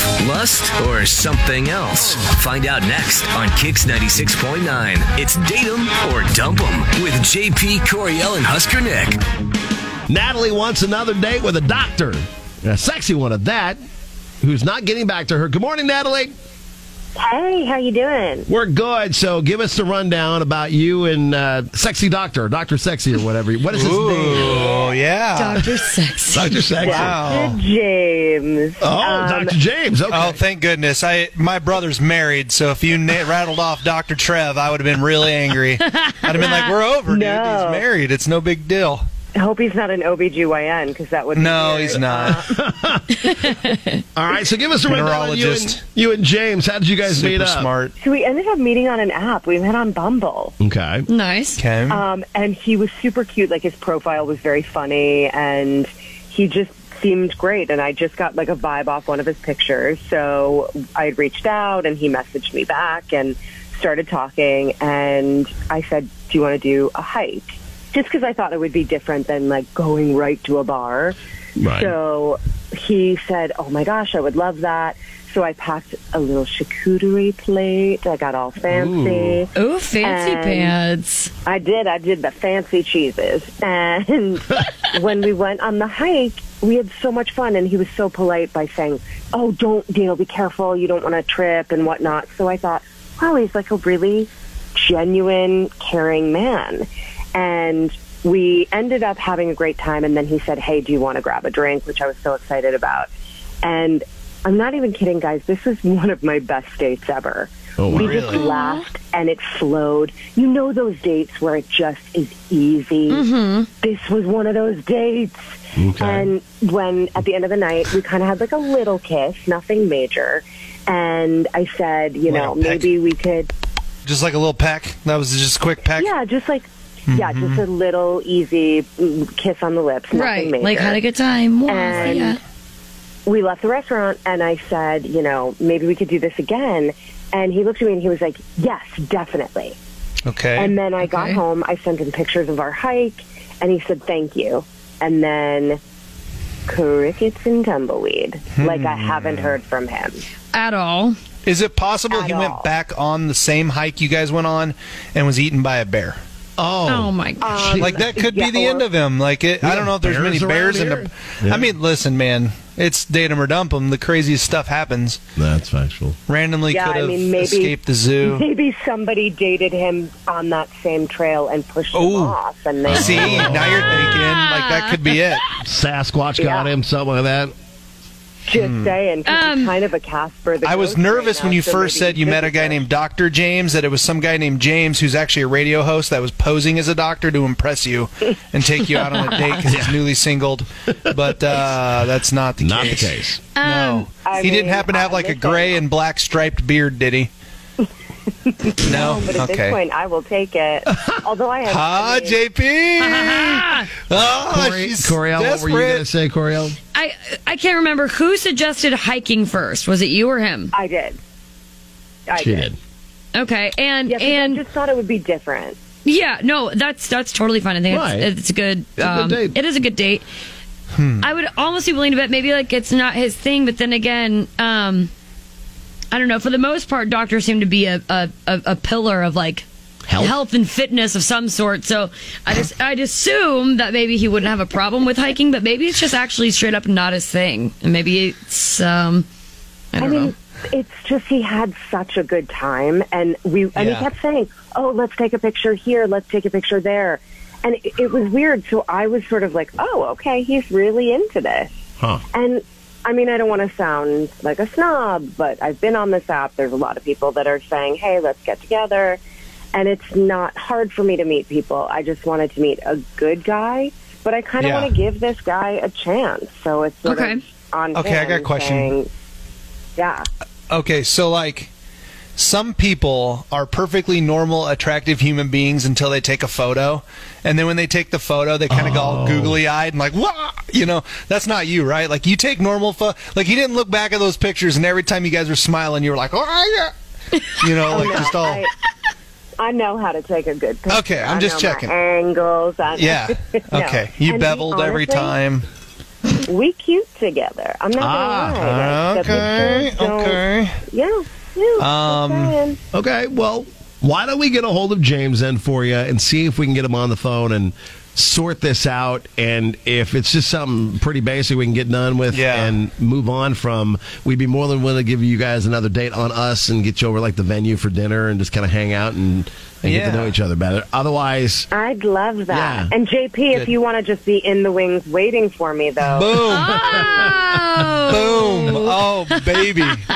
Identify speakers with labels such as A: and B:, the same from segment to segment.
A: dust or something else? Find out next on Kix 96.9. It's Date 'em or Dump 'em with JP Coriel and Husker Nick.
B: Natalie wants another date with a doctor, and a sexy one at that, who's not getting back to her. Good morning, Natalie.
C: Hey, how you doing?
B: We're good. So give us the rundown about you and uh, sexy doctor, Doctor Sexy or whatever. What is his name?
D: Oh yeah.
E: Dr. Sexy.
B: Doctor Sexy.
D: Wow.
C: James. Um,
B: Oh, Doctor James. Okay.
D: Oh, thank goodness! I my brother's married, so if you na- rattled off Doctor Trev, I would have been really angry. I'd have been like, "We're over, dude.
C: No.
D: He's married. It's no big deal."
C: I hope he's not an OBGYN because that would
D: No, he's
C: Uh,
D: not.
B: All right. So give us the rundown on you and,
D: Neurologist.
B: you and James. How did you guys meet
D: Super
B: up?
D: smart.
C: So we ended up meeting on an app. We met on Bumble.
B: Okay.
E: Nice.
D: Okay.
C: Um, and he was super cute. Like his profile was very funny and he just seemed great. And I just got like a vibe off one of his pictures. So I had reached out and he messaged me back and started talking. And I said, do you want to do a hike? Just because I thought it would be different than like going right to a bar.
B: Right.
C: So he said, "Oh my gosh, I would love that." So I packed a little charcuterie plate. I got all fancy.
E: Ooh, Oh, fancy
C: And-
E: pants.
C: I did. I did the fancy cheeses. And when we went on the hike, we had so much fun. And he was so polite by saying, "Oh, don't, you know, be careful. You don't want to trip and whatnot." So I thought, "Wow, he's like a really genuine, caring man." And we ended up having a great time. And then he said, "Hey, do you want to grab a drink?" Which I was so excited about. And I'm not even kidding, guys. This is one of my best dates ever.
B: Oh, wow.
C: we just laughed and it flowed. You know those dates where it just is easy.
E: Mm-hmm.
C: This was one of those dates. And when at the end of the night we kind of had like a little kiss, nothing major. And I said, you know,
D: Little peck.
C: maybe we could,
D: Just like a little peck. That was just a quick peck.
C: yeah, just like, yeah, just a little easy mm, kiss on the lips, nothing
E: Right.
C: major.
E: Like, had a good time. Wow,
C: And-
E: yeah.
C: we left the restaurant and I said, you know, maybe we could do this again. And he looked at me and he was like, yes, definitely.
D: Okay.
C: And then I got
E: Okay.
C: home. I sent him pictures of our hike, and he said thank you. And then crickets and tumbleweed. Like I haven't
D: Hmm.
C: heard from him.
E: At all.
D: Is it possible
C: At
D: he
C: all.
D: went back on the same hike you guys went on and was eaten by a bear?
E: Oh, my gosh.
C: Um,
D: Like that could
C: yeah,
D: be the
C: or-
D: end of him. Like it, I
B: got
D: don't know if there's
B: bears
D: many
B: around
D: bears in
B: here?
D: the. I mean, listen, man, it's date 'em or dump 'em. The craziest stuff happens.
B: That's factual.
D: Randomly
C: Yeah,
D: could
C: I
D: have
C: mean, maybe-
D: escaped the zoo.
C: Maybe somebody dated him on that same trail and pushed him
D: Ooh.
C: off, and they
D: See, now you're thinking like that could be it.
B: Sasquatch got
C: Yeah.
B: him, something like that.
C: just saying 'cause he's
E: Um,
C: kind of a Casper. The
D: Hmm. I was
C: Ghost right
D: nervous when
C: now,
D: you
C: so
D: first
C: maybe
D: said
C: he
D: you met a
C: couldn't
D: guy
C: do it.
D: named Dr. James, that it was some guy named James who's actually a radio host that was posing as a doctor to impress you and take you out on a date because he's newly singled. But uh, that's not the
B: Not
D: case.
B: the case.
D: No.
C: Um, I
D: he didn't
C: mean,
D: happen to have
C: at
D: like a
C: this point-
D: gray and black striped beard, did he? no?
C: But at this
D: Okay.
C: point, I will take it. Although I have
D: Ah,
C: I mean,
E: Um,
D: JP! oh,
B: Corey,
D: she's
B: Coriel, what were you
D: desperate.
B: going to say, Coriel?
E: I, I can't remember who suggested hiking first. Was it you or him?
C: I did. I
B: She
C: did.
B: did.
E: Okay. And,
C: Yeah, 'cause
E: and
C: I just thought it would be different.
E: Yeah, no, that's that's totally fine. I think
B: Right.
E: it's, it's a good.
B: a good
E: um,
B: date.
E: It is a good date. I would almost be willing to bet maybe like it's not his thing, but then again, um, I don't know. For the most part, doctors seem to be a a, a, a pillar of like.
B: Health.
E: and fitness of some sort. So I just I'd assume that maybe he wouldn't have a problem with hiking, but maybe it's just actually straight up not his thing. And maybe it's um I
C: I
E: don't know.
C: mean, it's just he had such a good time, and we and he
D: Yeah.
C: kept saying, "Oh, let's take a picture here, let's take a picture there," and it, it was weird. So I was sort of like, "Oh, okay, he's really into this."
B: Huh.
C: And I mean, I don't want to sound like a snob, but I've been on this app. There's a lot of people that are saying, "Hey, let's get together," and it's not hard for me to meet people. I just wanted to meet a good guy, but I kind of
D: Yeah.
C: want to give this guy a chance. So it's sort
E: Okay.
C: of on
D: Okay, I
C: him
D: got a question.
C: saying, yeah.
D: Okay, so like some people are perfectly normal, attractive human beings until they take a photo, and then when they take the photo, they kind of go
B: Oh.
D: all googly eyed and like, "Wah!" You know, that's not you, right? Like you take normal pho- like you didn't look back at those pictures, and every time you guys were smiling, you were like, "Oh yeah," you know, like just all.
C: I, I know how to take a good picture.
D: Okay, I'm
C: I
D: just
C: know my
D: checking.
C: angles. I know-
D: yeah.
C: No.
D: Okay. You
C: And
D: beveled every
C: honestly,
D: time.
C: We cute together. I'm not
B: Ah,
C: gonna lie. Like, the
D: okay,
C: pictures don't
D: Ah, okay.
C: Ew,
D: Um,
C: just saying.
B: Okay, well, why don't we get a hold of James then for you and see if we can get him on the phone and sort this out and if it's just something pretty basic we can get done with
D: Yeah.
B: and move on from we'd be more than willing to give you guys another date on us and get you over like the venue for dinner and just kind of hang out and, and get
D: Yeah.
B: to know each other better otherwise
C: I'd love
B: Yeah.
C: that. And JP, if
D: Good.
C: you want to just be in the wings waiting for me, though.
D: Boom.
E: Oh,
D: Boom. Oh, baby.
B: Thanks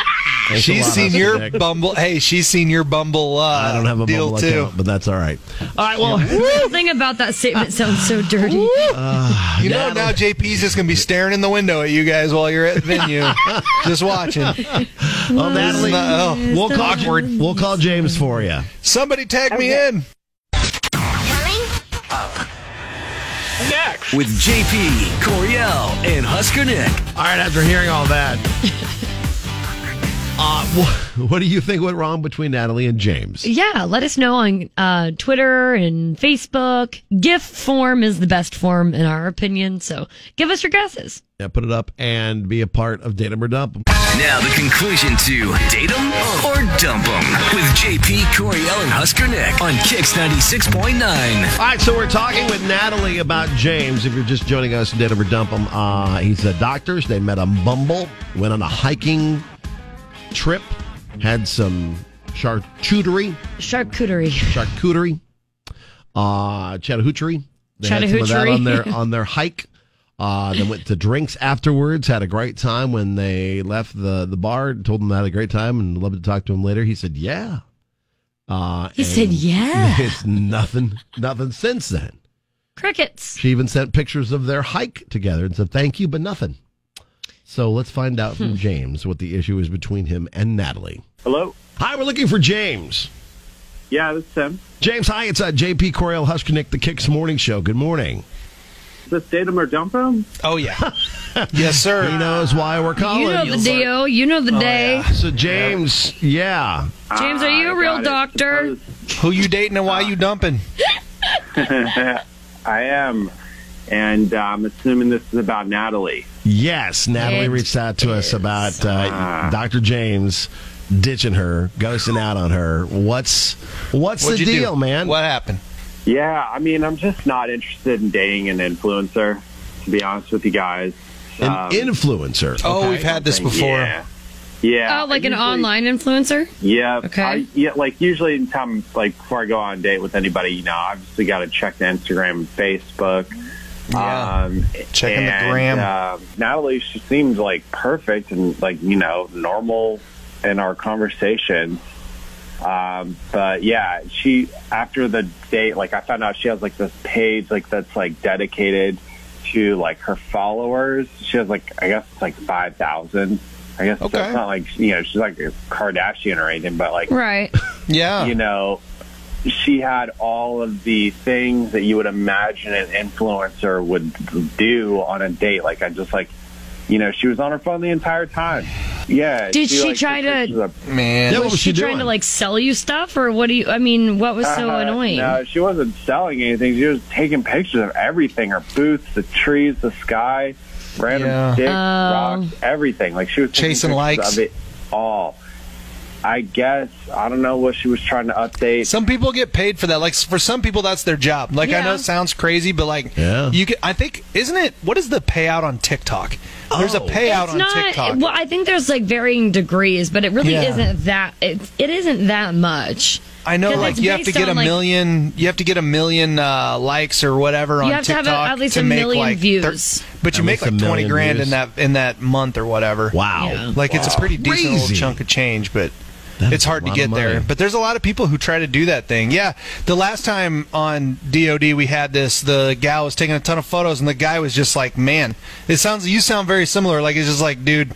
B: a
D: She's
B: lot,
D: seen
B: Mr.
D: your
B: Dick.
D: bumble. Hey, she's seen your bumble. Uh,
B: I don't have a
D: deal
B: mobile
D: too.
B: account but that's all right all right well
E: something about that statement sounds so dirty.
D: You know now JP's just gonna be staring in the window at you guys while you're at the venue, just watching.
B: well, Natalie
D: Not- oh.
B: we'll call we'll call James for you
D: Somebody tag me in.
A: With JP, Coriel, and Husker Nick.
B: All right, after hearing all that, uh, wh- what do you think went wrong between Natalie and James?
E: Yeah, let us know on uh, Twitter and Facebook. GIF form is the best form, in our opinion. So give us your guesses.
B: Yeah, put it up and be a part of Datum or Dump.
A: Now the conclusion to date 'em or dump 'em with JP, Coriel, and Husker Nick on Kix 96.9.
B: All right, so we're talking with Natalie about James. If you're just joining us, Datum or Dump him. Uh, he's a doctor. so They met on Bumble, went on a hiking trip, had some charcuterie,
E: Charcuterie.
B: charcuterie, uh, chattahoochery. They had some of that
E: Chattahoochery.
B: on their on their hike. Uh, then went to drinks afterwards. Had a great time when they left the the bar. Told them they had a great time and loved to talk to him later. He said, "Yeah." Uh,
E: He said,
B: and
E: "Yeah."
B: It's nothing, nothing since then.
E: Crickets.
B: She even sent pictures of their hike together and said, "Thank you, but nothing." So let's find out
E: Hmm.
B: from James what the issue is between him and Natalie.
F: Hello.
B: Hi, we're looking for James.
F: Yeah, this is Tim.
B: James, hi, it's uh, JP Coriel Huskinick, the Kicks Morning Show. Good morning.
F: Is this datum or dump 'em?
D: Oh yeah, yes sir.
B: He knows why we're calling.
E: You know the deal. You know the day.
B: So, James, yeah.
E: James, are you a
F: I
E: real
F: got it.
E: doctor?
D: Who you dating and why you dumping?
F: I am, and uh, I'm assuming this is about Natalie.
B: Yes, Natalie
E: It
B: reached out to us about uh, Dr. James ditching her, ghosting out on her. What's what's
D: What'd
B: the
D: you do?
B: deal, man?
D: What happened?
F: Yeah, I mean, I'm just not interested in dating an influencer. To be honest with you guys,
B: An
F: Um,
B: influencer.
D: Oh, we've had this before.
F: Yeah. Yeah.
E: Oh, like
F: I
E: an
F: usually-
E: online influencer?
F: Yeah.
E: Okay.
F: I, yeah. Like usually, anytime like before I go on a date with anybody, you know, obviously got to check the Instagram, and Facebook.
D: Yeah.
F: Um,
D: Checking the
F: and,
D: gram.
F: um, Natalie, she seemed like perfect and like you know normal in our conversations. Um, but yeah, she after the date, like I found out she has like this page like that's like dedicated to like her followers. She has like I guess it's like five thousand. I guess
D: Okay.
F: that's not like you know she's like a Kardashian or anything, but like
E: Right.
D: Yeah.
F: you know, she had all of the things that you would imagine an influencer would do on a date. Like I just like, you know, she was on her phone the entire time. Yeah.
E: Did she
F: like,
E: try
F: took
E: to-
F: pictures of-
D: Man.
B: Yeah, what
E: was
B: was
E: she,
B: she
E: trying to
B: doing?
E: like sell you stuff or what do you I mean, what was so
F: Uh,
E: annoying?
F: No, she wasn't selling anything. She was taking pictures of everything: her boots, the trees, the sky, random
D: Yeah.
F: sticks,
E: Oh.
F: rocks, everything. Like she was taking
D: Chasing
F: pictures
D: likes.
F: of it all. I guess I don't know what she was trying to update.
D: Some people get paid for that. Like for some people, that's their job. Like I
E: Yeah.
D: know it sounds crazy, but like
B: Yeah.
D: you, can, I think isn't it? What is the payout on TikTok? There's a
B: Oh.
D: payout
E: it's
D: on
E: not
D: TikTok.
E: well, I think there's like varying degrees, but it really
D: Yeah.
E: isn't that it, it isn't that much.
D: I know,
E: 'Cause
D: like
E: it's
D: you have to
E: based
D: get a
E: on, like-
D: million, you have to get a million uh, likes or whatever on
E: have to have
D: TikTok
E: a- at least
D: to
E: a
D: make
E: million
D: like
E: views.
D: but you
B: At
D: make
B: least a
D: like twenty
B: million
D: grand
B: views.
D: in that in that month or whatever.
B: Wow.
E: Yeah.
D: Like it's a pretty decent
B: Crazy.
D: little chunk of change, but
B: That is
D: it's
B: a
D: hard to
B: lot of
D: get there.
B: money.
D: But there's a lot of people who try to do that thing. Yeah, the last time on DoD we had this, the gal was taking a ton of photos, and the guy was just like, "Man, it sounds you sound very similar." Like it's just like, dude.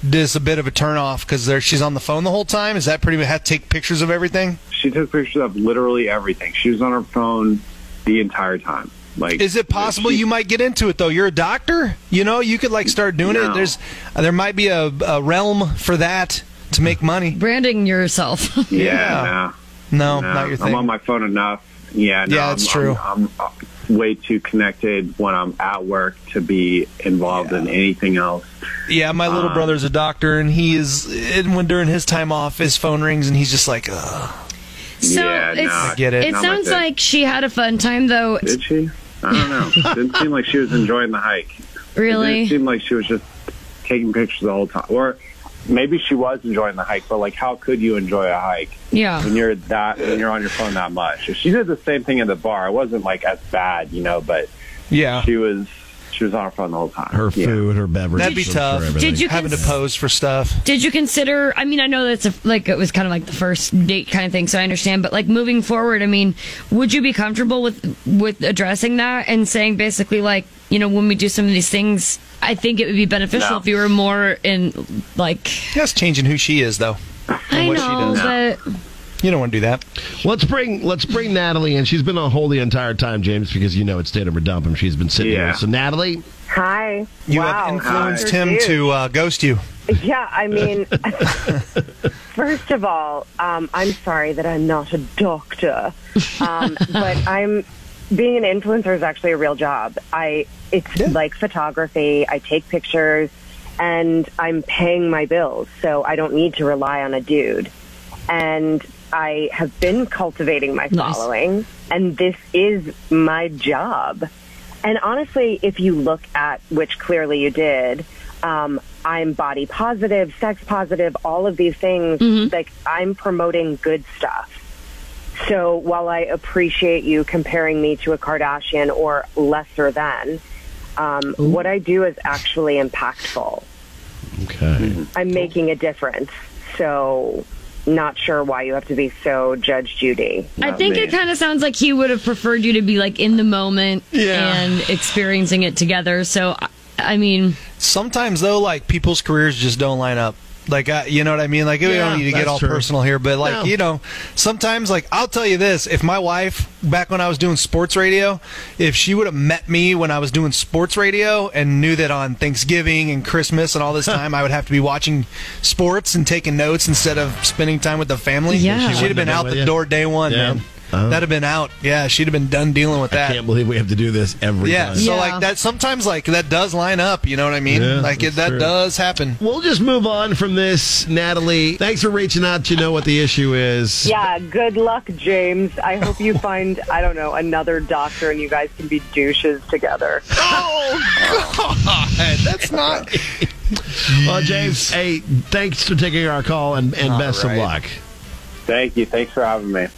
D: This a bit of a turnoff because there she's on the phone the whole time. Is that pretty? much Had to take pictures of everything.
F: She took pictures of literally everything. She was on her phone the entire time. Like,
D: Is it possible you might get into it though? You're a doctor, you know. You could like start doing it.
F: No.
D: There's there might be a, a realm for that to make money.
E: Branding yourself.
F: Yeah,
D: Yeah. No,
F: nah, nah.
D: Oh, not your thing.
F: I'm on my phone enough. Yeah, no,
D: Yeah, it's
F: I'm-
D: true.
F: I'm- I'm- way too connected when I'm at work to be involved in anything else.
D: Yeah, my little brother's a doctor, and he is. And when during his time off, his phone rings, and he's just like, Ugh.
E: So
F: Yeah,
E: it's,
F: nah, I
D: get it.
E: it
F: Not my
E: sounds
F: thing.
E: like she had a fun time though.
F: Did she? I don't know. Didn't seem like she was enjoying the hike. It
E: Really?
F: didn't seem like she was just taking pictures the whole time. Or maybe she was enjoying the hike, but like, how could you enjoy a hike
E: Yeah.
F: when you're that when you're on your phone that much? If she did the same thing at the bar, it wasn't like as bad, you know. But
D: "Yeah."
F: she was she was on her phone the whole time.
B: Her
F: Yeah.
B: food, her beverages.
D: That'd be
B: her
D: tough.
B: everything.
E: Did you
D: Having to
E: cons-
D: pose for stuff.
E: Did you consider? I mean, I know that's a, like it was kind of like the first date kind of thing, so I understand. But like moving forward, I mean, would you be comfortable with with addressing that and saying basically like you know when we do some of these things, I think it would be beneficial
F: No.
E: if you were more in like
D: That's changing who she is, though.
E: I
D: what she
E: know,
D: does.
E: but
D: You don't want to do that.
B: Let's bring let's bring Natalie in. She's been on hold the entire time, James, because you know it's Datum or Dump, and she's been sitting
F: Yeah.
B: here. So Natalie,
C: Hi.
D: You
C: wow.
D: have influenced
C: Doctor
D: him
C: Seuss.
D: to uh, ghost you.
C: Yeah, I mean, first of all, um, I'm sorry that I'm not a doctor, um, but I'm being an influencer is actually a real job. I it's like photography. I take pictures, and I'm paying my bills, so I don't need to rely on a dude. And I have been cultivating my
E: Nice.
C: following, and this is my job. And honestly, if you look at which clearly you did, um, I'm body positive, sex positive, all of these things. Like I'm promoting good stuff. So while I appreciate you comparing me to a Kardashian or lesser than, um, what I do is actually impactful.
D: Mm-hmm.
B: okay,
C: I'm making a difference. So not sure why you have to be so Judge Judy.
E: I
F: Not
E: think
F: me.
E: it kind of sounds like he would have preferred you to be like in the moment
D: Yeah.
E: and experiencing it together. So, I- I mean,
D: Sometimes though, like people's careers just don't line up. Like I, you know what I mean? Like we
B: Yeah,
D: don't need to get
B: that's
D: all
B: true.
D: personal here, but like
B: No.
D: you know, sometimes like I'll tell you this: if my wife back when I was doing sports radio, if she would have met me when I was doing sports radio and knew that on Thanksgiving and Christmas and all this time I would have to be watching sports and taking notes instead of spending time with the family,
E: Yeah. She
D: she'd have
B: wouldn't
D: been
B: have
D: out
B: been
D: the
B: with you?
D: door day one,
B: Yeah.
D: man.
B: Oh.
D: That'd have been out. Yeah, she'd have been done dealing with that.
B: can't believe we have to do this every
D: Yeah,
B: time.
D: so
E: Yeah.
D: like that sometimes like that does line up. You know what I mean?
B: Yeah,
D: like it,
B: that's
D: that
B: true.
D: does happen.
B: We'll just move on from this, Natalie. Thanks for reaching out. You know what the issue is.
C: Yeah, good luck, James. I hope you find, I don't know, another doctor and you guys can be douches together.
B: that's not. well, James, hey, thanks for taking our call and, and best
D: right.
B: of luck.
F: Thank you. Thanks for having me.